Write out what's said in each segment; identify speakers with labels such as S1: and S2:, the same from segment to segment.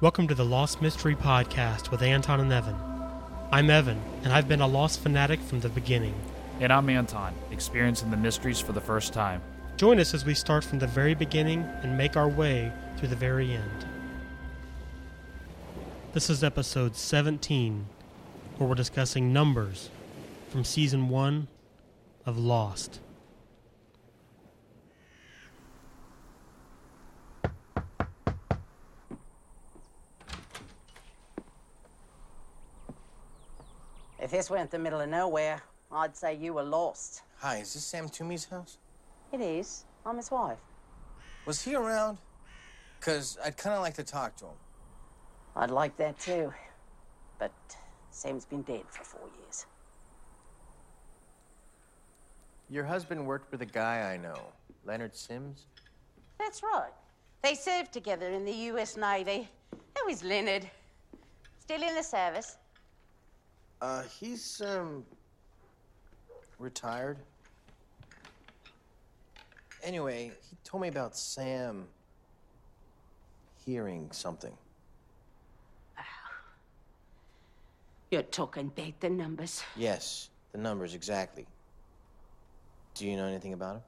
S1: Welcome to the Lost Mystery Podcast with Anton and Evan. I'm Evan, and I've been a Lost fanatic from the beginning.
S2: And I'm Anton, experiencing the mysteries for the first time.
S1: Join us as we start from the very beginning and make our way to the very end. This is episode 17, where we're discussing numbers from season 1 of Lost.
S3: If this weren't the middle of nowhere, I'd say you were lost.
S4: Hi, is this Sam Toomey's house?
S3: It is. I'm his wife.
S4: Was he around? Because I'd kind of like to talk to him.
S3: I'd like that too. But Sam's been dead for four years.
S4: Your husband worked with a guy I know, Leonard Sims.
S3: That's right. They served together in the U.S. Navy. That was Leonard. Still in the service.
S4: Uh, he's, um, retired. Anyway, he told me about Sam hearing something.
S3: You're talking about the numbers.
S4: Yes, the numbers, exactly. Do you know anything about him?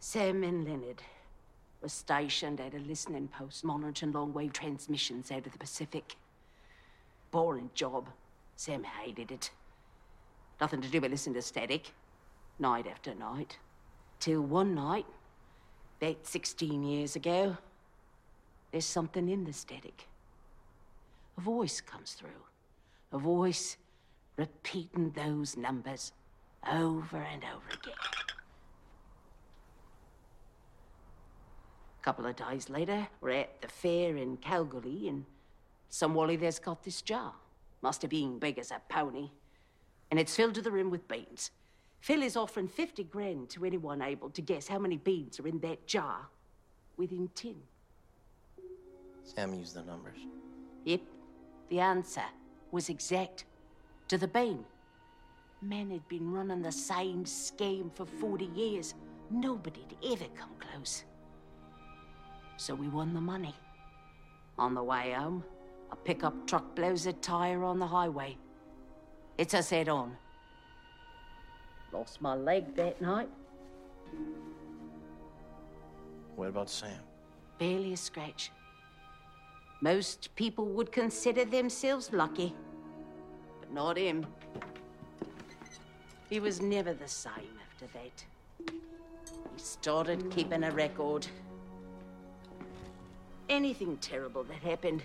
S3: Sam and Leonard were stationed at a listening post monitoring long wave transmissions out of the Pacific. Boring job. Sam hated it. Nothing to do but listen to static, night after night. Till one night, about 16 years ago, there's something in the static. A voice comes through. A voice repeating those numbers over and over again. couple of days later, we're at the fair in Calgary, and some Wally there's got this jar. Must have been big as a pony. And it's filled to the rim with beans. Phil is offering 50 grand to anyone able to guess how many beans are in that jar within 10.
S4: Sam used the numbers.
S3: Yep, the answer was exact to the bean. Man had been running the same scheme for 40 years. Nobody'd ever come close. So we won the money. On the way home, a pickup truck blows a tire on the highway. It's us head on. Lost my leg that night,
S4: What about Sam?
S3: barely a scratch. Most people would consider themselves lucky, but not him. He was never the same after that. He started keeping a record. Anything terrible that happened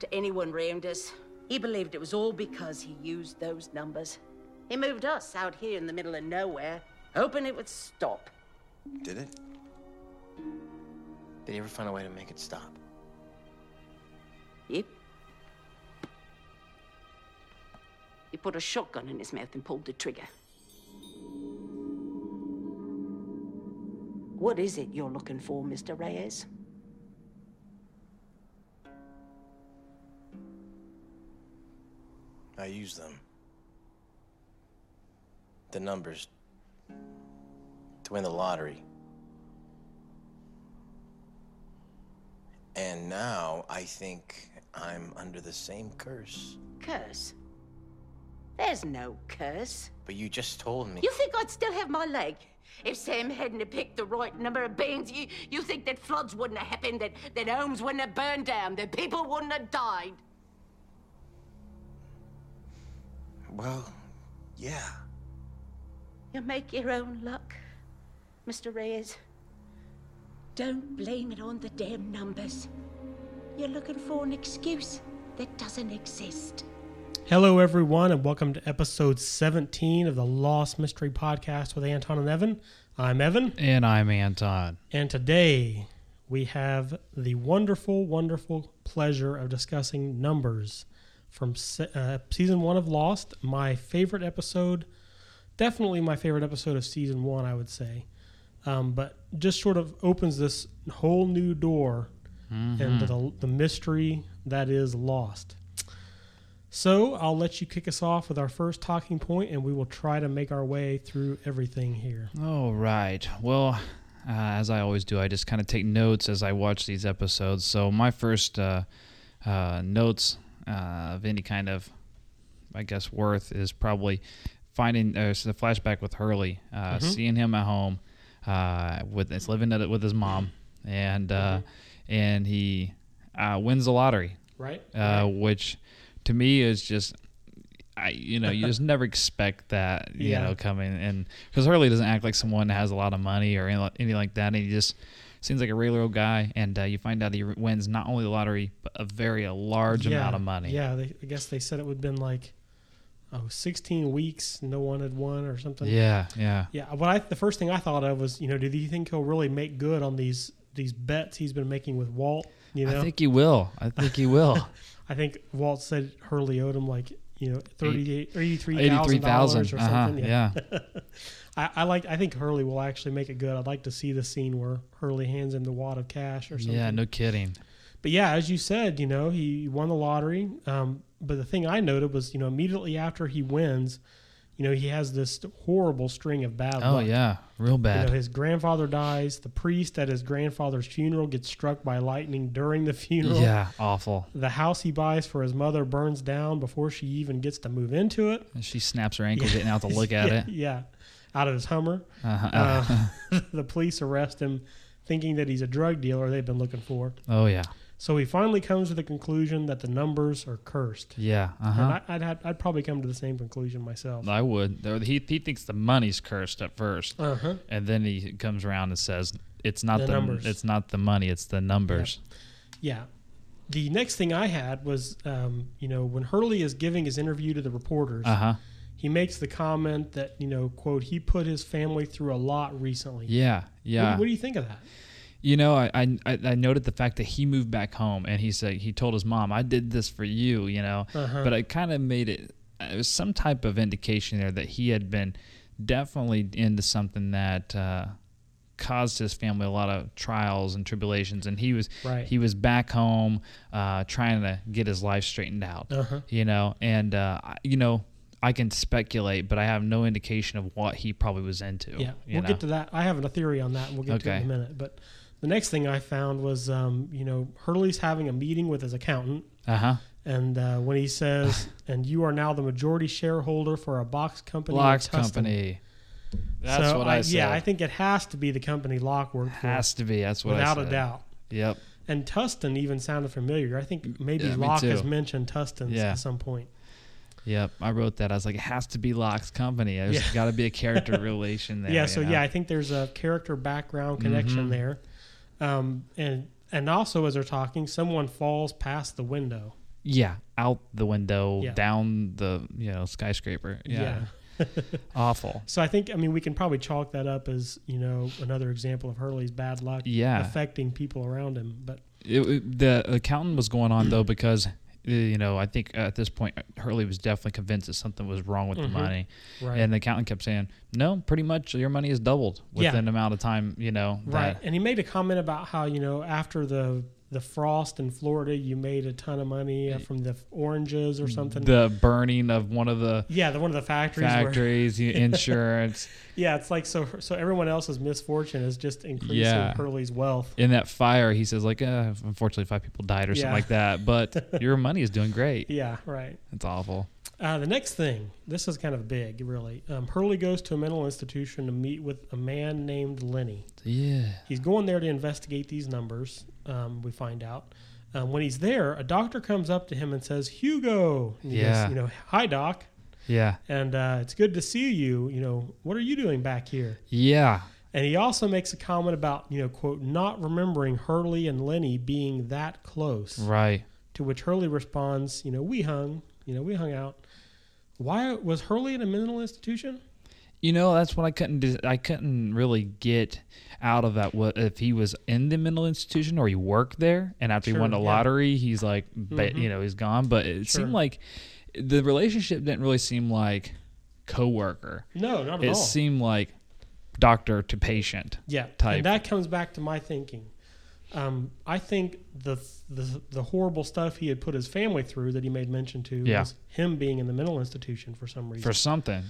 S3: to anyone round us, he believed it was all because he used those numbers. He moved us out here in the middle of nowhere, hoping it would stop.
S4: Did it? Did he ever find a way to make it stop?
S3: Yep. He put a shotgun in his mouth and pulled the trigger. What is it you're looking for, Mr. Reyes?
S4: I use them. The numbers. To win the lottery. And now I think I'm under the same curse.
S3: Curse. There's no curse.
S4: But you just told me.
S3: You think I'd still have my leg? If Sam hadn't have picked the right number of beans, you, you think that floods wouldn't have happened, that, that homes wouldn't have burned down, that people wouldn't have died?
S4: Well, yeah.
S3: You make your own luck, Mr. Reyes. Don't blame it on the damn numbers. You're looking for an excuse that doesn't exist.
S1: Hello, everyone, and welcome to episode 17 of the Lost Mystery Podcast with Anton and Evan. I'm Evan,
S2: And I'm Anton.
S1: and today we have the wonderful, wonderful pleasure of discussing numbers from se- uh, season one of Lost, my favorite episode, definitely my favorite episode of season one, I would say. Um, but just sort of opens this whole new door into the, the mystery that is Lost. So I'll let you kick us off with our first talking point, and we will try to make our way through everything here.
S2: All right. Well,
S5: uh, as I always do, I just kind of take notes as I watch these episodes. So my first uh, uh, notes uh, of any kind of, I guess, worth is probably finding uh, so the flashback with Hurley, uh, seeing him at home uh, with it's living at, with his mom, and uh, and he uh, wins the lottery
S1: right?
S5: uh, which to me is just I you know you just never expect that you
S1: Yeah.
S5: know coming and because Hurley doesn't act like someone that has a lot of money or any- anything like that and he just seems like a regular old guy and uh, you find out he wins not only the lottery but a very a large amount of money
S1: Yeah, they, I guess they said it would have been like, oh, 16 weeks, no one had won or something.
S5: yeah yeah
S1: Yeah, what I the first thing I thought of was, you know, do you think he'll really make good on these these bets he's been making with Walt? You know,
S5: I think he will I think he will
S1: I think Walt said Hurley owed him like you know thirty eight eighty three
S5: eighty-three
S1: thousand
S5: thousand
S1: dollars or
S5: uh-huh.
S1: something.
S5: yeah
S1: I, I like. I think Hurley will actually make it good. I'd like to see the scene where Hurley hands him the wad of cash or something.
S5: yeah no kidding
S1: But yeah, as you said, you know, he won the lottery. Um, but the thing I noted was, you know, immediately after he wins, you know, he has this horrible string of bad
S5: oh
S1: luck.
S5: yeah real
S1: You
S5: bad
S1: know, his grandfather dies. The priest at his grandfather's funeral gets struck by lightning during the funeral.
S5: yeah awful
S1: The house he buys for his mother burns down before she even gets to move into it.
S5: and she snaps her ankle getting out to look at
S1: yeah,
S5: it Uh-huh.
S1: Yeah. Out of his Hummer. Uh, the police arrest him thinking that he's a drug dealer they've been looking for.
S5: oh yeah
S1: So he finally comes to the conclusion that the numbers are cursed.
S5: yeah uh-huh
S1: And I, I'd, had, I'd probably come to the same conclusion myself.
S5: I would. There- He he thinks the money's cursed at 1st
S1: Uh-huh.
S5: and then he comes around and says it's not
S1: The
S5: the,
S1: numbers.
S5: it's not the money, it's the numbers.
S1: Yeah. The next thing I had was, um, you know, when Hurley is giving his interview to the reporters,
S5: Uh huh.
S1: he makes the comment that, you know, quote, he put his family through a lot recently.
S5: Yeah,
S1: What,
S5: yeah.
S1: do- what do you think of that?
S5: you know, I, I I I noted the fact that he moved back home and he said he told his mom, "I did this for you," you know.
S1: Uh-huh.
S5: But I kind of made it. It was some type of indication there that he had been definitely into something that. Uh, caused his family a lot of trials and tribulations and he was
S1: Right.
S5: he was back home uh, trying to get his life straightened out
S1: Uh-huh.
S5: you know and uh, I- you know i can speculate but i have no indication of what he probably was into
S1: Yeah,
S5: you
S1: we'll
S5: know?
S1: get to that. I have a theory on that, and we'll get to it in
S5: Okay.
S1: a minute. But the next thing I found was, um, you know, Hurley's having a meeting with his accountant,
S5: uh-huh
S1: and uh, when he says, "And you are now the majority shareholder for a box company," in
S5: locks
S1: Tustin."
S5: company that's
S1: so
S5: what i, said
S1: Yeah, I think it has to be the company Locke worked for,
S5: has to be that's what
S1: without
S5: I
S1: a
S5: said.
S1: doubt.
S5: yep
S1: And Tustin even sounded familiar. I think maybe
S5: Mm, Yeah, me
S1: Locke has
S5: too.
S1: mentioned Tustin's
S5: Yeah.
S1: at some point.
S5: yep i wrote that i was like it has to be locks company There's
S1: Yeah.
S5: got to be a character relation there
S1: yeah
S5: you
S1: so
S5: know?
S1: yeah i think there's a character background
S5: Mm-hmm.
S1: connection there um, and and also as they're talking someone falls past the window
S5: yeah out the window
S1: Yeah.
S5: down the you know skyscraper yeah. awful
S1: so i think i mean we can probably chalk that up as you know another example of hurley's bad luck
S5: Yeah.
S1: affecting people around him but
S5: it, it- the accountant was going on though because uh, you know I think at this point Hurley was definitely convinced that something was wrong with the money,
S1: Mm-hmm. Right.
S5: and the accountant kept saying, "No, pretty much your money is doubled
S1: Yeah.
S5: within an amount of time." You know,
S1: right
S5: that-
S1: and he made a comment about how you know after the the frost in florida you made a ton of money uh, from the oranges or something
S5: Mm-hmm. the burning of one of the
S1: yeah the one of the factories where
S5: factories, the insurance,
S1: yeah it's like so so everyone else's misfortune is just increasing
S5: Yeah.
S1: hurley's wealth
S5: in that fire, he says like, uh, "Unfortunately, five people died or
S1: Yeah.
S5: something like that," but your money is doing great.
S1: yeah right
S5: It's awful.
S1: Uh, the next thing, this is kind of big, really. Um, Hurley goes to a mental institution to meet with a man named Lenny.
S5: Yeah.
S1: He's going there to investigate these numbers, um, we find out. Um, when he's there, a doctor comes up to him and says, Hugo. And he goes,
S5: Yeah.
S1: you know, hi, doc.
S5: Yeah.
S1: And uh, it's good to see you. You know, what are you doing back here?
S5: Yeah.
S1: And he also makes a comment about, you know, quote, not remembering Hurley and Lenny being that close.
S5: Right.
S1: To which Hurley responds, you know, we hung, you know, we hung out. Why was Hurley in a mental institution?
S5: You know, that's what I couldn't. dis- I couldn't really get out of that. What if he was in the mental institution or he worked there? And after
S1: Sure,
S5: he won the
S1: yeah. Mm-hmm.
S5: lottery, he's like, ba- you know, he's gone. But it
S1: Sure.
S5: seemed like the relationship didn't really seem like coworker.
S1: No, not at
S5: It
S1: all.
S5: seemed like doctor to patient.
S1: yeah,
S5: type.
S1: and that comes back to my thinking. Um, I think the, the the horrible stuff he had put his family through that he made mention to
S5: Yeah.
S1: was him being in the mental institution for some reason.
S5: for something.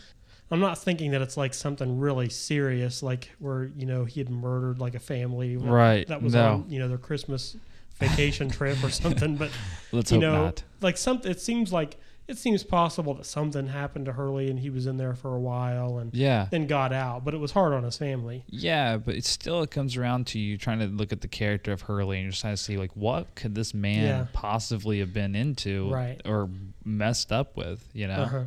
S1: I'm not thinking that it's like something really serious, like where you know he had murdered like a family, like,
S5: Right,
S1: That was
S5: no.
S1: on you know their Christmas vacation trip or something. But
S5: Let's
S1: you
S5: hope
S1: know,
S5: not.
S1: like something. It seems like it seems possible that something happened to Hurley and he was in there for a while and
S5: Yeah.
S1: then got out. But it was hard on his family.
S5: Yeah, but it still it comes around to you trying to look at the character of Hurley and you're just trying to see like what could this man
S1: Yeah.
S5: possibly have been into
S1: Right.
S5: or messed up with, you know?
S1: Uh-huh.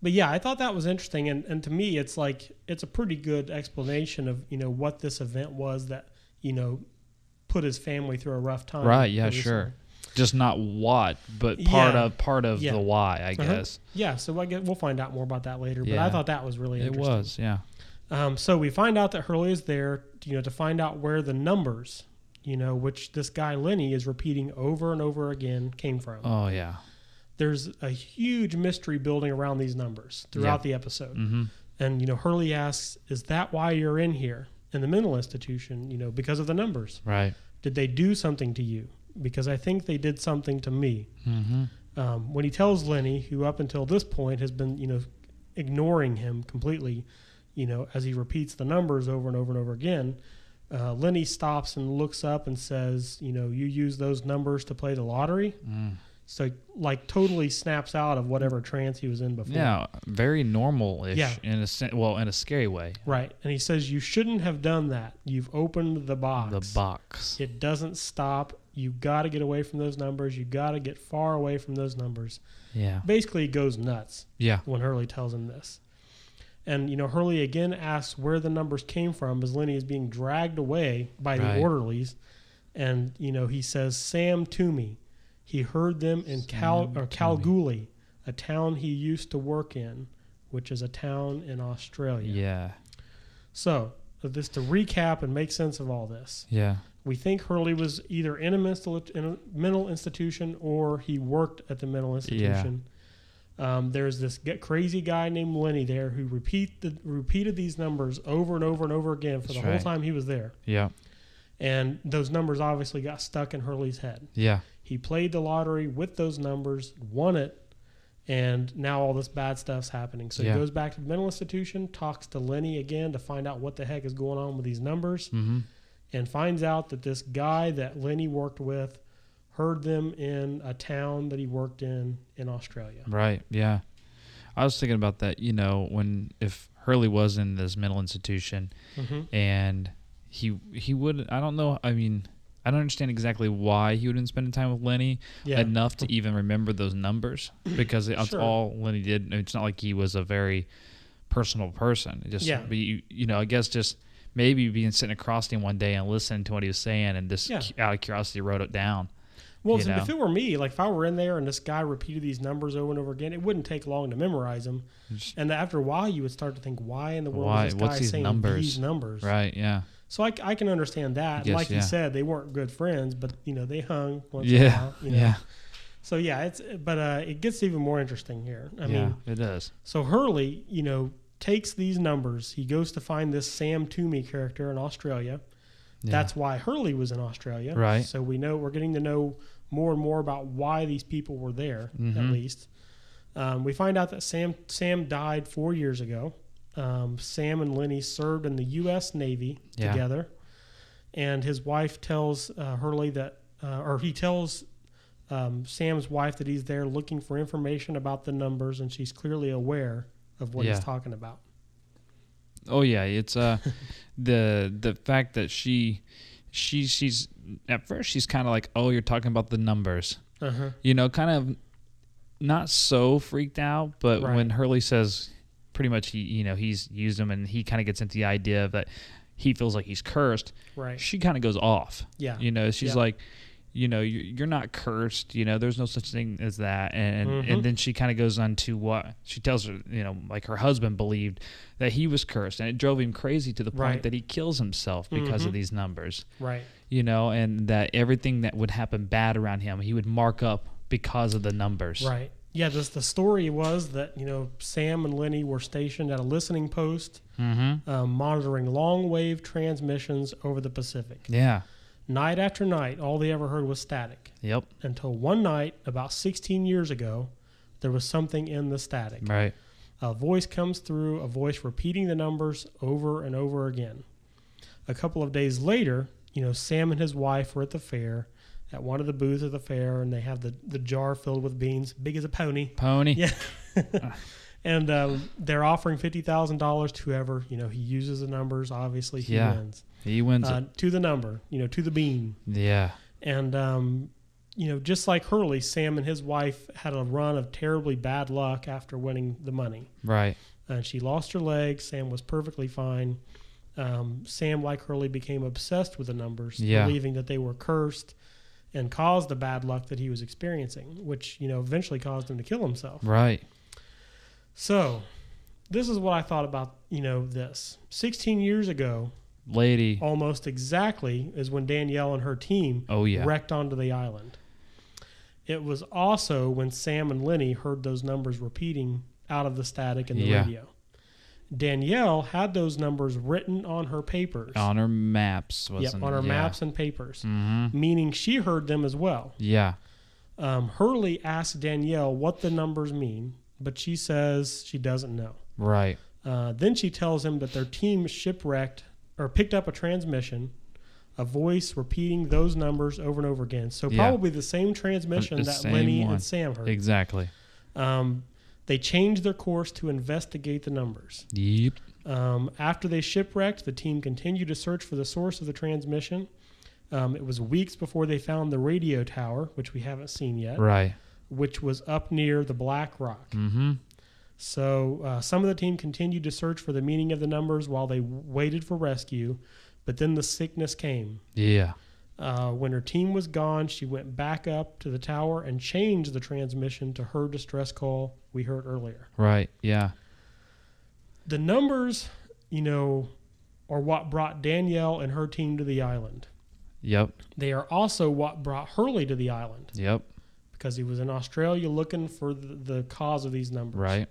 S1: But yeah, I thought that was interesting, and, and to me, it's like it's a pretty good explanation of you know what this event was that you know put his family through a rough time.
S5: Right, yeah,
S1: It was,
S5: sure. Just not what, but part
S1: Yeah.
S5: of part of
S1: Yeah.
S5: the why, I
S1: uh, uh-huh.
S5: guess.
S1: Yeah, so I guess we'll find out more about that later. But I
S5: Yeah.
S1: thought that was really
S5: It
S1: interesting.
S5: was, yeah.
S1: Um, so we find out that Hurley is there, you know, to find out where the numbers, you know, which this guy Lenny is repeating over and over again, came from.
S5: Oh yeah.
S1: there's a huge mystery building around these numbers throughout the episode.
S5: Mm-hmm.
S1: And you know, Hurley asks, "Is that why you're in here in the mental institution? You know, because of the numbers?
S5: Right.
S1: Did they do something to you? Because I think they did something to me."
S5: Mm-hmm.
S1: Um, when he tells Lenny, who up until this point has been you know ignoring him completely, you know, as he repeats the numbers over and over and over again. Uh, Lenny stops and looks up and says, "You know, you use those numbers to play the lottery."
S5: Mm.
S1: So like totally snaps out of whatever trance he was in before.
S5: Yeah, very normal ish
S1: Yeah.
S5: in a sen- well, in a scary way.
S1: Right. And he says you shouldn't have done that. You've opened the box.
S5: The box.
S1: It doesn't stop. You got to get away from those numbers. You got to get far away from those numbers.
S5: Yeah.
S1: Basically, he goes nuts
S5: Yeah.
S1: when Hurley tells him this. And you know, Hurley again asks where the numbers came from as Lenny is being dragged away by the
S5: Right.
S1: orderlies. And you know, he says Sam Toomey. He heard them in Cal or Kalgoorlie, a town he used to work in, which is a town in Australia.
S5: Yeah.
S1: So, this to recap and make sense of all this.
S5: Yeah.
S1: We think Hurley was either in a mental, in a mental institution or he worked at the mental institution. Um, there's this g- crazy guy named Lenny there who repeat the, repeated these numbers over and over and over again for the
S5: That's
S1: whole
S5: right.
S1: time he was there.
S5: Yeah.
S1: And those numbers obviously got stuck in Hurley's head.
S5: Yeah.
S1: He played the lottery with those numbers, won it, and now all this bad stuff's happening. So
S5: Yeah.
S1: he goes back to the mental institution, talks to Lenny again to find out what the heck is going on with these numbers,
S5: Mm-hmm.
S1: and finds out that this guy that Lenny worked with heard them in a town that he worked in in Australia.
S5: Right. Yeah. I was thinking about that, you know, when if Hurley was in this mental institution
S1: Mm-hmm.
S5: and he he would I don't know, I mean, I don't understand exactly why he wouldn't spend time with Lenny
S1: Yeah.
S5: enough to even remember those numbers because that's
S1: Sure.
S5: all Lenny did. It's not like he was a very personal person. It just
S1: Yeah.
S5: but you, you know, I guess just maybe being sitting across him one day and listening to what he was saying and just
S1: Yeah.
S5: cu- out of curiosity wrote it down.
S1: Well,
S5: you
S1: so if
S5: know.
S1: it were me, like if I were in there and this guy repeated these numbers over and over again, it wouldn't take long to memorize them. And after a while, you would start to think, why in the world
S5: Why-
S1: is this guy
S5: what's these
S1: saying
S5: numbers?
S1: these numbers?
S5: Right, yeah.
S1: So I, I can understand that.
S5: Yes,
S1: like
S5: yeah.
S1: you said, they weren't good friends, but you know they hung once in a
S5: Yeah.
S1: while. You know?
S5: Yeah.
S1: So yeah, it's but uh, it gets even more interesting here. I
S5: yeah.
S1: mean,
S5: it does.
S1: so Hurley, you know, takes these numbers. He goes to find this Sam Toomey character in Australia. That's why Hurley was in Australia.
S5: Right.
S1: So we know we're getting to know more and more about why these people were there. At
S5: Mm-hmm.
S1: least um, we find out that Sam Sam died four years ago. Um, Sam and Lenny served in the U.S. Navy
S5: Yeah.
S1: together, and his wife tells uh, Hurley that, uh, or he tells um, Sam's wife that he's there looking for information about the numbers, and she's clearly aware of what
S5: Yeah.
S1: he's talking about.
S5: Oh yeah, it's uh the the fact that she she she's at first she's kind of like, "Oh, you're talking about the numbers."
S1: Uh-huh.
S5: You know, kind of not so freaked out, but
S1: Right.
S5: when Hurley says pretty much he you know, he's used them and he kind of gets into the idea that he feels like he's cursed.
S1: Right.
S5: She kind of goes off.
S1: Yeah.
S5: You know, she's
S1: Yeah.
S5: like you know, you- you're not cursed. You know, there's no such thing as that. And
S1: Mm-hmm.
S5: and then she kind of goes on to what she tells her. You know, like her husband believed that he was cursed, and it drove him crazy to the point
S1: Right. Mm-hmm.
S5: that he kills himself because of these numbers.
S1: Right.
S5: You know, and that everything that would happen bad around him, he would mark up because of the numbers.
S1: Right. Yeah, this, the story was that, you know, Sam and Lenny were stationed at a listening post um, monitoring long wave transmissions over the Pacific.
S5: Yeah.
S1: Night after night, all they ever heard was static.
S5: Yep.
S1: Until one night, about 16 years ago, there was something in the static.
S5: Right.
S1: A voice comes through, a voice repeating the numbers over and over again. A couple of days later, you know, Sam and his wife were at the fair, at one of the booths at the fair, and they have the, the jar filled with beans, big as a pony.
S5: Pony.
S1: Yeah. and uh, they're offering $50,000 to whoever, you know, he uses the numbers, obviously, he
S5: Yeah.
S1: wins.
S5: He wins
S1: Uh,
S5: it.
S1: to the number, you know, to the bean.
S5: Yeah.
S1: And, um, you know, just like Hurley, Sam and his wife had a run of terribly bad luck after winning the money.
S5: Right.
S1: And Uh, she lost her leg. Sam was perfectly fine. Um, Sam, like Hurley, became obsessed with the numbers,
S5: Yeah.
S1: believing that they were cursed and caused the bad luck that he was experiencing, which, you know, eventually caused him to kill himself.
S5: Right.
S1: So, this is what I thought about, you know, this. 16 years ago,
S5: Lady.
S1: almost exactly is when Danielle and her team
S5: Oh, yeah.
S1: wrecked onto the island. It was also when Sam and Lenny heard those numbers repeating out of the static in the
S5: Yeah.
S1: radio. Danielle had those numbers written on her papers.
S5: On her maps.
S1: Yep,
S5: Wasn't
S1: on her
S5: yeah. Mm-hmm.
S1: maps and papers, meaning she heard them as well.
S5: Yeah.
S1: Um, Hurley asked Danielle what the numbers mean, but she says she doesn't know.
S5: Right.
S1: Uh, then she tells him that their team shipwrecked or picked up a transmission, a voice repeating those numbers over and over again. So
S5: Yeah.
S1: probably the same transmission
S5: The
S1: that
S5: same
S1: Lenny
S5: one.
S1: and Sam heard.
S5: Exactly.
S1: Um, they changed their course to investigate the numbers.
S5: Yep.
S1: Um, after they shipwrecked, the team continued to search for the source of the transmission. Um, it was weeks before they found the radio tower, which we haven't seen yet
S5: Right.
S1: which was up near the Black Rock. Mm-hmm. So uh, some of the team continued to search for the meaning of the numbers while they w- waited for rescue, but then the sickness came.
S5: Yeah.
S1: Uh, when her team was gone, she went back up to the tower and changed the transmission to her distress call we heard earlier.
S5: Right. Yeah.
S1: The numbers, you know, are what brought Danielle and her team to the island.
S5: Yep.
S1: They are also what brought Hurley to the island
S5: Yep.
S1: because he was in Australia looking for the, the cause of these numbers.
S5: Right.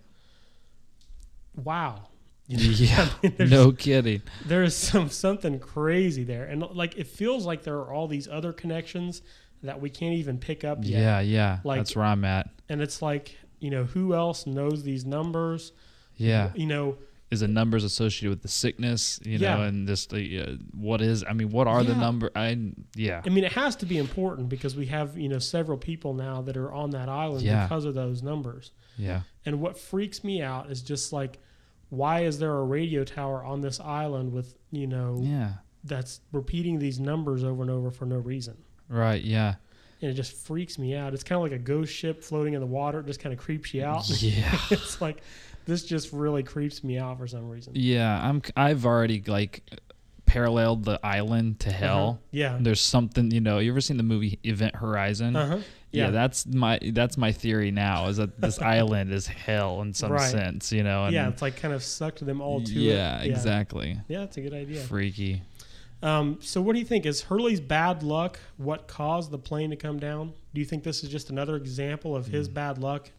S1: wow You know,
S5: Yeah.
S1: I mean, there's,
S5: no kidding.
S1: there's some something crazy there and like it feels like there are all these other connections that we can't even pick up yet
S5: Yeah. Yeah.
S1: Like-
S5: That's where I'm at.
S1: and it's like you know who else knows these numbers
S5: Yeah.
S1: you know
S5: Is the numbers associated with the sickness? You know,
S1: Yeah.
S5: and just the, uh, what is? I mean, what are the
S1: Yeah.
S5: number? I yeah.
S1: i mean it has to be important because we have you know several people now that are on that island
S5: Yeah.
S1: because of those numbers
S5: Yeah.
S1: and what freaks me out is just like why is there a radio tower on this island with you know
S5: Yeah.
S1: that's repeating these numbers over and over for no reason
S5: Right. Yeah.
S1: and it just freaks me out. It's kind of like a ghost ship floating in the water. It just kind of creeps you out.
S5: Yeah.
S1: it's like this just really creeps me out for some reason.
S5: Yeah, I'm. I've already like paralleled the island to hell.
S1: Uh-huh. Yeah.
S5: There's something you know. You ever seen the movie Event Horizon?
S1: Uh-huh.
S5: Yeah.
S1: Yeah.
S5: that's my that's my theory now is that this island is hell in some
S1: Right.
S5: sense, you know. And
S1: yeah, it's like kind of sucked them all to
S5: yeah,
S1: it.
S5: exactly.
S1: Yeah, that's a good idea.
S5: Freaky.
S1: Um, so what do you think? Is Hurley's bad luck what caused the plane to come down? Do you think this is just another example of
S5: Hmm.
S1: his bad luck,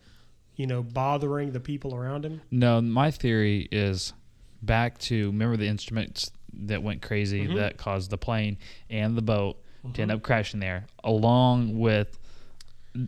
S1: you know, bothering the people around him?
S5: No, my theory is back to remember the instruments that went crazy
S1: Mm-hmm.
S5: that caused the plane and the boat to end up crashing there, along with.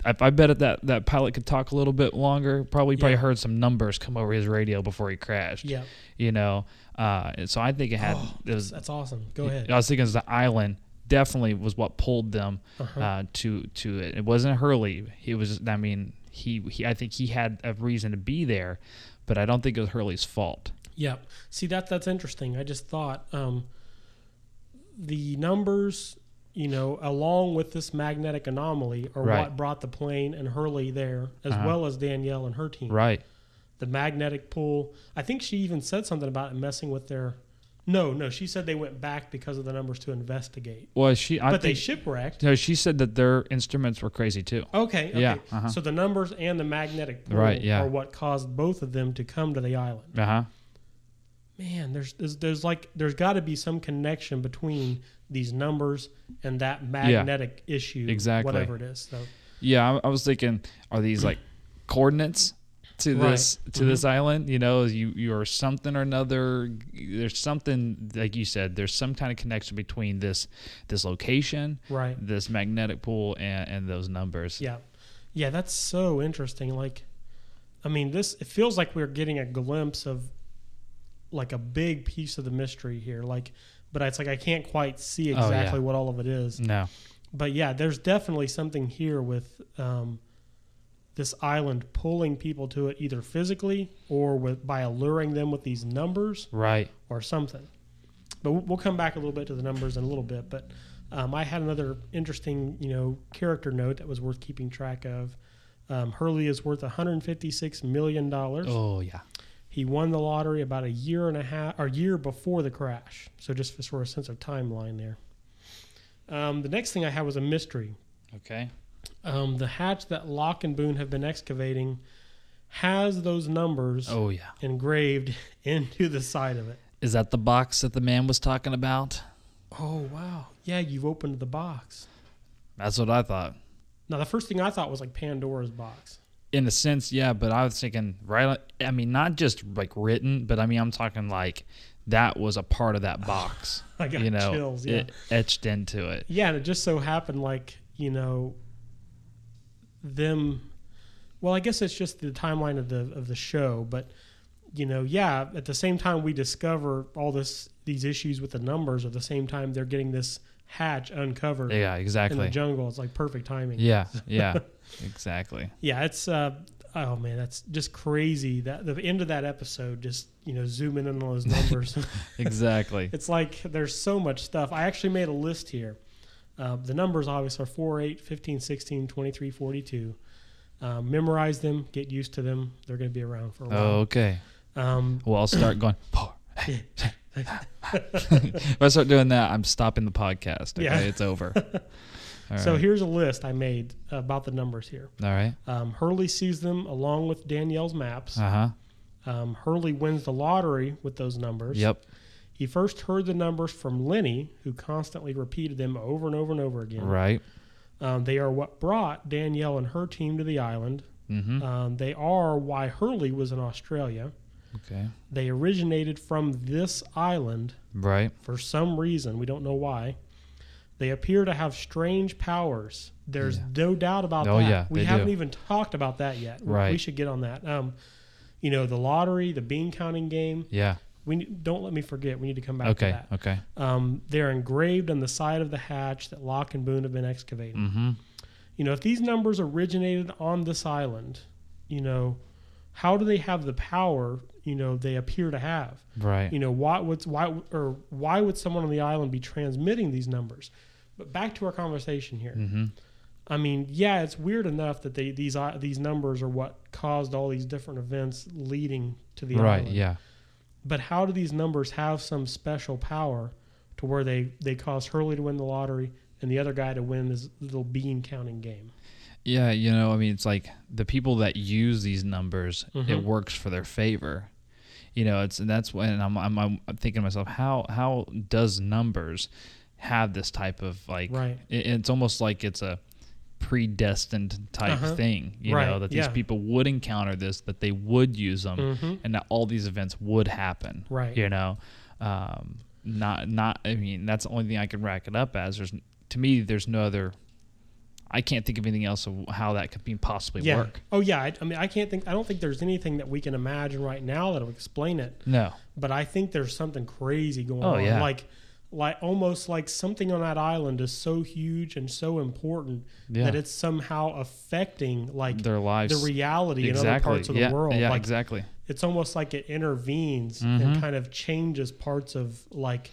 S5: I, I bet that that pilot could talk a little bit longer. Probably, probably
S1: Yeah.
S5: heard some numbers come over his radio before he crashed.
S1: Yeah. Oh,
S5: you know. Uh, and so I think it had. it was,
S1: That's awesome. Go ahead.
S5: I was thinking it was the island. Definitely was what pulled them
S1: Uh-huh.
S5: uh to to it. It wasn't Hurley. He was. I mean, he, he. I think he had a reason to be there, but I don't think it was Hurley's fault.
S1: Yep. See that that's interesting. I just thought um, the numbers, you know, along with this magnetic anomaly, are
S5: Right. Uh-huh.
S1: what brought the plane and Hurley there, as well as Danielle and her team.
S5: Right.
S1: The magnetic pull. I think she even said something about it messing with their. No, no, she said they went back because of the numbers to investigate,
S5: Well, she. I
S1: but they
S5: think,
S1: shipwrecked.
S5: No, she said that their instruments were crazy too.
S1: Okay. okay.
S5: Yeah, uh-huh.
S1: So the numbers and the magnetic pull
S5: Right, yeah.
S1: are what caused both of them to come to the island.
S5: Uh huh.
S1: man there's there's, there's like there's got to be some connection between these numbers and that magnetic issue
S5: Exactly.
S1: whatever it is so
S5: Yeah, I, I was thinking, are these like coordinates to
S1: Right. Mm-hmm.
S5: this to this island? You know, you you are something or another. There's something like you said. There's some kind of connection between this this location,
S1: Right.
S5: This magnetic pool and and those numbers.
S1: yeah yeah that's so interesting like I mean, this it feels like we're getting a glimpse of like a big piece of the mystery here. Like, but it's like I can't quite see
S5: Oh, yeah.
S1: exactly what all of it is.
S5: No.
S1: But yeah, there's definitely something here with um, this island pulling people to it either physically or with by alluring them with these numbers
S5: Right.
S1: or something. But we'll- we'll come back a little bit to the numbers in a little bit. But um, I had another interesting, you know, character note that was worth keeping track of. Um, Hurley is worth 156 million dollars.
S5: Oh yeah.
S1: He won the lottery about a year and a half or year before the crash. So just for sort of sense of timeline there. Um, the next thing I had was a mystery.
S5: Okay.
S1: Um, the hatch that Locke and Boone have been excavating has those numbers
S5: Oh yeah.
S1: engraved into the side of it.
S5: Is that the box that the man was talking about?
S1: Oh wow! Yeah, you've opened the box.
S5: That's what I thought.
S1: Now the first thing I thought was like Pandora's box.
S5: In a sense, yeah, but I was thinking right I mean not just like written, but I mean I'm talking like that was a part of that box.
S1: I got
S5: you know,
S1: chills,
S5: it etched into it.
S1: Yeah, and it just so happened like you know them. Well, I guess it's just the timeline of the of the show, but you know, yeah. At the same time, we discover all this these issues with the numbers. At the same time, they're getting this hatch uncovered
S5: Yeah,
S1: in the
S5: exactly.
S1: jungle. It's like perfect timing.
S5: Yeah, yeah. exactly.
S1: yeah it's uh oh man that's just crazy that the end of that episode just you know zooming in on those numbers
S5: Exactly.
S1: it's like there's so much stuff i actually made a list here uh, the numbers obviously are 4 8 15 16 23 42 uh, memorize them get used to them they're going to be around for a while
S5: okay.
S1: um,
S5: Well, I'll start going. if I start doing that, I'm stopping the podcast. Okay,
S1: Yeah.
S5: it's over. All
S1: so
S5: right.
S1: here's a list i made about the numbers here
S5: All right.
S1: um, hurley sees them along with danielle's maps
S5: Uh huh.
S1: um, hurley wins the lottery with those numbers
S5: Yep.
S1: He first heard the numbers from Lenny, who constantly repeated them over and over and over again.
S5: Right.
S1: Um, they are what brought Danielle and her team to the island.
S5: Mm-hmm.
S1: Um, they are why Hurley was in Australia.
S5: Okay.
S1: They originated from this island
S5: Right.
S1: for some reason. We don't know why. They appear to have strange powers. There's no doubt about
S5: Oh,
S1: that.
S5: yeah,
S1: we
S5: they
S1: haven't
S5: do.
S1: even talked about that yet. We- We
S5: Right.
S1: should get on that. Um, you know, the lottery, the bean counting game.
S5: Yeah.
S1: We ne- don't let me forget. We need to come back to
S5: Okay.
S1: that.
S5: Okay.
S1: Um, they're engraved on the side of the hatch that Locke and Boone have been excavating.
S5: Mm-hmm.
S1: You know, if these numbers originated on this island, you know, how do they have the power? You know, they appear to have.
S5: Right.
S1: You know, why would why or why would someone on the island be transmitting these numbers? But back to our conversation here.
S5: mm-hmm.
S1: I mean, yeah, it's weird enough that they these i- these numbers are what caused all these different events leading to the
S5: Right.
S1: island
S5: Yeah.
S1: but how do these numbers have some special power to where they they cause Hurley to win the lottery and the other guy to win this little bean counting game?
S5: Yeah. You know, I mean, it's like the people that use these numbers, it
S1: Mm-hmm.
S5: works for their favor. You know, it's and that's when I'm, I'm I'm thinking to myself, how how does numbers have this type of like?
S1: Right.
S5: it- it's almost like it's a predestined type
S1: Uh-huh.
S5: thing. You
S1: Right,
S5: know that these
S1: yeah. Mm-hmm.
S5: people would encounter this, that they would use them, and that all these events would happen.
S1: Right.
S5: You know, um, not not. I mean, that's the only thing I can rack it up as. There's to me, there's no other. I can't think of anything else of how that could be possibly
S1: yeah.
S5: work.
S1: Oh yeah. I, I mean, I can't think. I don't think there's anything that we can imagine right now that'll explain it.
S5: No.
S1: But I think there's something crazy going
S5: Oh,
S1: on.
S5: yeah.
S1: Like, like almost like something on that island is so huge and so important
S5: Yeah.
S1: that it's somehow affecting like
S5: Their lives.
S1: the reality in other parts of
S5: yeah.
S1: the world.
S5: Yeah.
S1: like,
S5: exactly.
S1: it's almost like it intervenes
S5: Mm-hmm.
S1: and kind of changes parts of like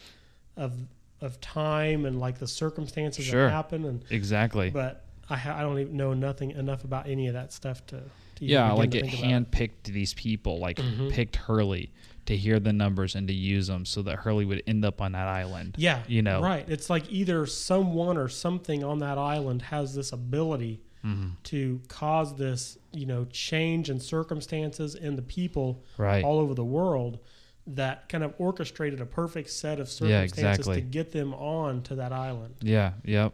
S1: of of time and like the circumstances
S5: Sure.
S1: that happen and
S5: Exactly.
S1: but I, ha- I don't even know nothing enough about any of that stuff to, to even
S5: yeah
S1: begin
S5: like
S1: to
S5: it
S1: think about it. Mm-hmm.
S5: handpicked these people like picked hurley to hear the numbers and to use them so that hurley would end up on that island
S1: yeah
S5: you know
S1: right it's like either someone or something on that island has this ability
S5: Mm-hmm.
S1: to cause this you know change in circumstances in the people
S5: Right.
S1: all over the world that kind of orchestrated a perfect set of circumstances
S5: exactly.
S1: to get them on to that island
S5: yeah yep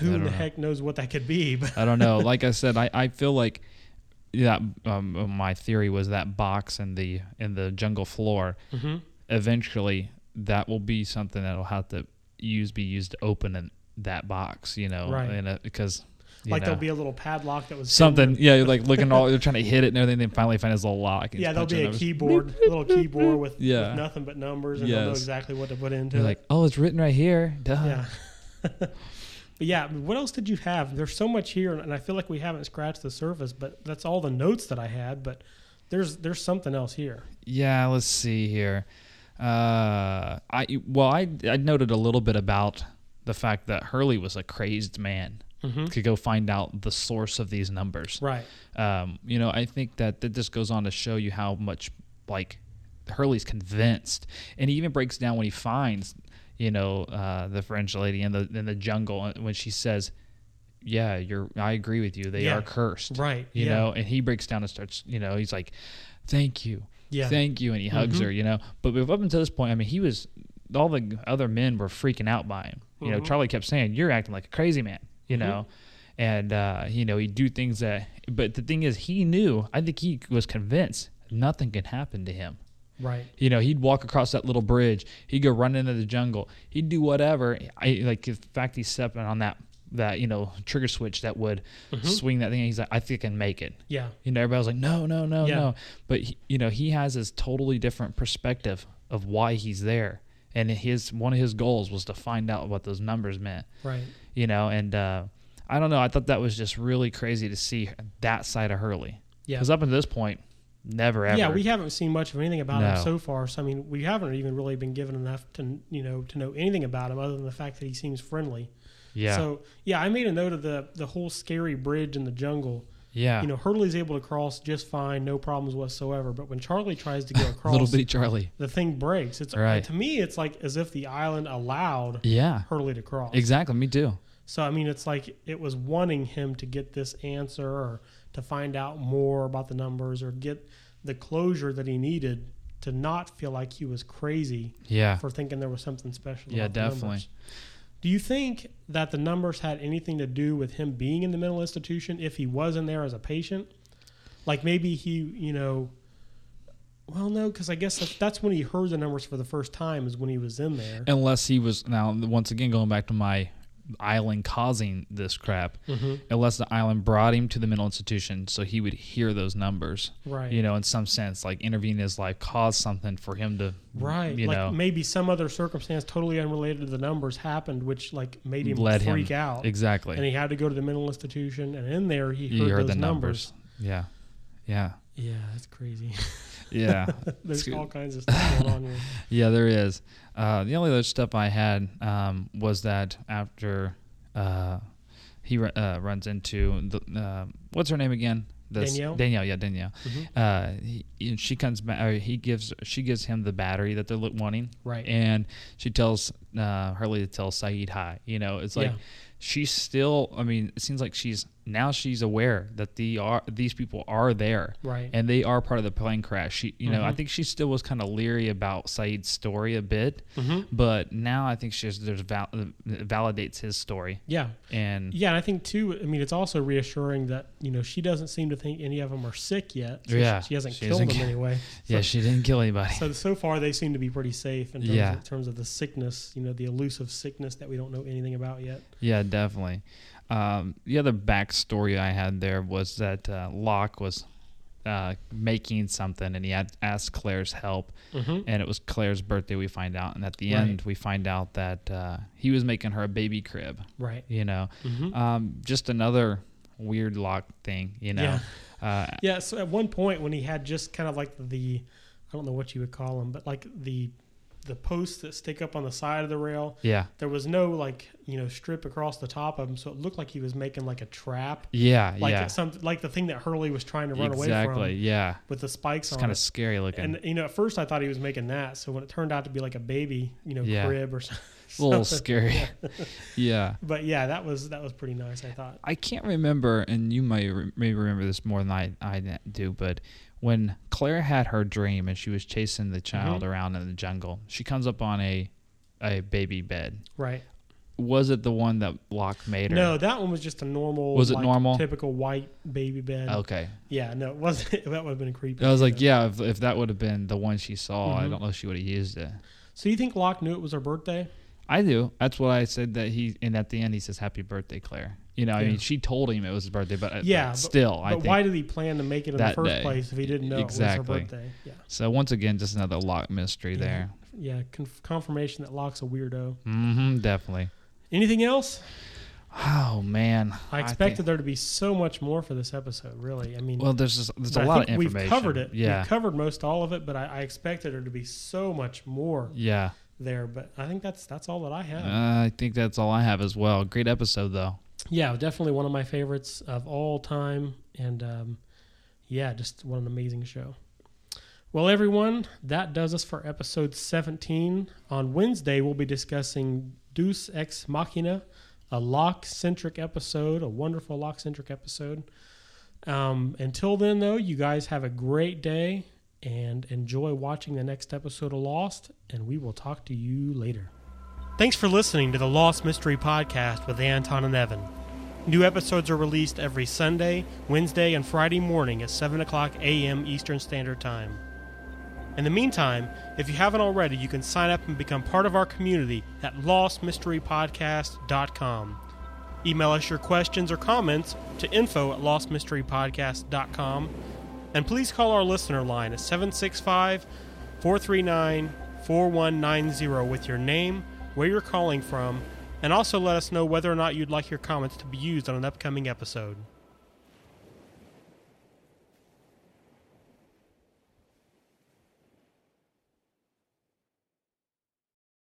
S1: who
S5: don't
S1: the
S5: know.
S1: heck knows what that could be but
S5: i don't know like i said i, I feel like that um, my theory was that box in the in the jungle floor
S1: Mm-hmm.
S5: eventually that will be something that'll have to use be used to open in that box you know
S1: Right.
S5: and because You
S1: like
S5: know.
S1: there'll be a little padlock that was hidden.
S5: Something, yeah. You're like looking all, you're trying to hit it and everything. Then finally find his little lock. and
S1: Yeah,
S5: he's
S1: there'll be
S5: punching
S1: a
S5: numbers.
S1: keyboard, a little keyboard with,
S5: Yeah.
S1: with nothing but numbers, and they'll know
S5: Yes.
S1: exactly what to put into
S5: You're
S1: it.
S5: like, oh, it's written right here. Duh.
S1: yeah. but yeah, I mean, what else did you have? There's so much here, and I feel like we haven't scratched the surface. But that's all the notes that I had. But there's there's something else here.
S5: Yeah, let's see here. Uh, I well, I I noted a little bit about the fact that Hurley was a crazed man. To go find out the source of these numbers,
S1: Mm-hmm. Right.
S5: Um, you know, I think that that just goes on to show you how much like Hurley's convinced, and he even breaks down when he finds, you know, uh, the French lady in the in the jungle and when she says, "Yeah, you're. I agree with you. They
S1: Yeah.
S5: are cursed."
S1: Right,
S5: You
S1: yeah.
S5: know, Oh, and he breaks down and starts. You know, he's like, "Thank you."
S1: Yeah.
S5: Thank you, and he hugs her. You know, but up until this point, I mean, he was all the other men were freaking out by him. You know, Charlie kept saying, "You're acting like a crazy man." You know, and uh, you know he'd do things that. But the thing is, he knew. I think he was convinced nothing can happen to him.
S1: Right.
S5: You know, he'd walk across that little bridge. He'd go run into the jungle. He'd do whatever. I like the fact he's stepping on that that you know trigger switch that would swing that thing. He's like, I think I can make it.
S1: Yeah.
S5: You know, everybody was like, no, no, no,
S1: Yeah.
S5: no. But he, you know, he has this totally different perspective of why he's there, and his one of his goals was to find out what those numbers meant.
S1: Right.
S5: You know, and uh, I don't know. I thought that was just really crazy to see that side of Hurley.
S1: Yeah.
S5: Because up until this point, never ever.
S1: Yeah, we haven't seen much of anything about him
S5: No.
S1: so far. So I mean, we haven't even really been given enough to you know to know anything about him other than the fact that he seems friendly.
S5: Yeah.
S1: So yeah, I made a note of the the whole scary bridge in the jungle.
S5: yeah.
S1: You know, Hurley's able to cross just fine, no problems whatsoever. But when Charlie tries to go across,
S5: little bitty Charlie.
S1: the thing breaks. It's
S5: Right.
S1: to me, it's like as if the island allowed
S5: Yeah.
S1: Hurley to cross.
S5: Exactly. Me too.
S1: So I mean, it's like it was wanting him to get this answer or to find out more about the numbers or get the closure that he needed to not feel like he was crazy
S5: Yeah.
S1: for thinking there was something special.
S5: Yeah,
S1: about the
S5: definitely.
S1: numbers. Do you think that the numbers had anything to do with him being in the mental institution if he was in there as a patient? Like maybe he, you know, well, no, because I guess that- that's when he heard the numbers for the first time is when he was in there.
S5: unless he was now once again going back to my island causing this crap
S1: Mm-hmm.
S5: unless the island brought him to the mental institution so he would hear those numbers
S1: Right.
S5: you know in some sense like intervene in his life cause something for him to
S1: Right.
S5: you
S1: like
S5: know
S1: maybe some other circumstance totally unrelated to the numbers happened, which like made him
S5: let him
S1: freak out.
S5: exactly
S1: And he had to go to the mental institution, and in there he heard,
S5: you heard
S1: those
S5: the numbers.
S1: numbers.
S5: yeah yeah
S1: Yeah, that's crazy.
S5: yeah
S1: There's
S5: It's-
S1: all kinds of stuff going on here.
S5: Yeah, there is. Uh, the only other stuff I had um, was that after uh, he ru- uh, runs into the uh, what's her name again? This-
S1: Danielle? Mm-hmm.
S5: Danielle, yeah, Danielle. Uh, he, and she comes back. Or he gives she gives him the battery that they're lo- wanting.
S1: Right.
S5: And she tells uh, Hurley to tell Saeed hi. You know, it's like
S1: Yeah.
S5: she's still. I mean, it seems like she's now she's aware that the are these people are there
S1: Right.
S5: and they are part of the plane crash. She, you
S1: Mm-hmm.
S5: know, I think she still was kind of leery about Saeed's story a bit,
S1: Mm-hmm.
S5: but now I think she's there's val- uh, validates his story.
S1: Yeah.
S5: And
S1: Yeah, and I think too. I mean, it's also reassuring that you know she doesn't seem to think any of them are sick yet. So she-
S5: Yeah,
S1: she, hasn't
S5: she
S1: killed
S5: hasn't
S1: them
S5: ki-
S1: anyway.
S5: yeah, she didn't kill anybody.
S1: So so far they seem to be pretty safe in terms,
S5: Yeah.
S1: of, in terms of the sickness. You know, the elusive sickness that we don't know anything about yet.
S5: Yeah, definitely. Um, the other backstory I had there was that uh, Locke was uh, making something and he had asked Claire's help. And it was Claire's birthday, we find out. And at the
S1: Mm-hmm. Right.
S5: end, we find out that uh, he was making her a baby crib.
S1: Right.
S5: You know,
S1: Mm-hmm.
S5: um, just another weird Locke thing, you know. Uh,
S1: Yeah, so at one point when he had just kind of like the, I don't know what you would call them, but like the, the posts that stick up on the side of the rail.
S5: yeah.
S1: There was no like you know strip across the top of him, so it looked like he was making like a trap,
S5: Yeah.
S1: like
S5: yeah.
S1: some like the thing that Hurley was trying to run
S5: exactly.
S1: away from
S5: yeah.
S1: with the spikes
S5: It's
S1: on
S5: kind of
S1: it.
S5: scary looking.
S1: And you know, at first I thought he was making that, so when it turned out to be like a baby, you know,
S5: Yeah.
S1: crib or something.
S5: a little scary. yeah.
S1: But yeah, that was that was pretty nice. I thought.
S5: I can't remember, and you may re- maybe remember this more than I, I do, but when Claire had her dream and she was chasing
S1: Mm-hmm.
S5: the child around in the jungle, she comes up on a a baby bed.
S1: Right.
S5: Was it the one that Locke made her?
S1: No, that one was just a normal.
S5: Was it
S1: like,
S5: normal?
S1: Typical white baby bed.
S5: Okay.
S1: Yeah, no, it wasn't. That would have been creepy.
S5: I was like, yeah, if, if that would have been the one she saw,
S1: Mm-hmm.
S5: I don't know if she would have used it.
S1: So you think Locke knew it was her birthday?
S5: I do. That's what I said that he, and at the end he says, "Happy birthday, Claire." You know, I mean, she told him it was his birthday, but uh,
S1: Yeah.
S5: but
S1: but-
S5: still,
S1: but
S5: I think.
S1: why did he plan to make it in the
S5: that
S1: first
S5: day.
S1: place if he didn't know
S5: Exactly.
S1: it was her birthday? Yeah.
S5: so once again, just another lock mystery there.
S1: Yeah, conf- confirmation that Locke's a weirdo.
S5: Mm-hmm, definitely.
S1: Anything else?
S5: Oh man,
S1: I
S5: thi-
S1: expected there to be so much more for this episode. Really, I mean,
S5: well, there's just, there's a
S1: I
S5: lot of
S1: think
S5: information.
S1: We've covered it.
S5: Yeah,
S1: We've covered most all of it, but I, I expected there to be so much more
S5: yeah.
S1: there. But I think that's that's all that I have.
S5: Uh, I think that's all I have as well. Great episode though.
S1: yeah, definitely one of my favorites of all time, and um, yeah, just what an amazing show. Well, everyone, that does us for episode 17. On Wednesday, we'll be discussing Deus Ex Machina, a lock centric episode, a wonderful lock centric episode. Um, until then, though, you guys have a great day and enjoy watching the next episode of Lost, and we will talk to you later. Thanks for listening to the Lost Mystery Podcast with Anton and Evan. New episodes are released every Sunday, Wednesday, and Friday morning at 7 o'clock a.m. Eastern Standard Time. In the meantime, if you haven't already, you can sign up and become part of our community at lostmysterypodcast.com. Email us your questions or comments to info at lostmysterypodcast.com. And please call our listener line at 765 439 4190 with your name, where you're calling from, and also let us know whether or not you'd like your comments to be used on an upcoming episode.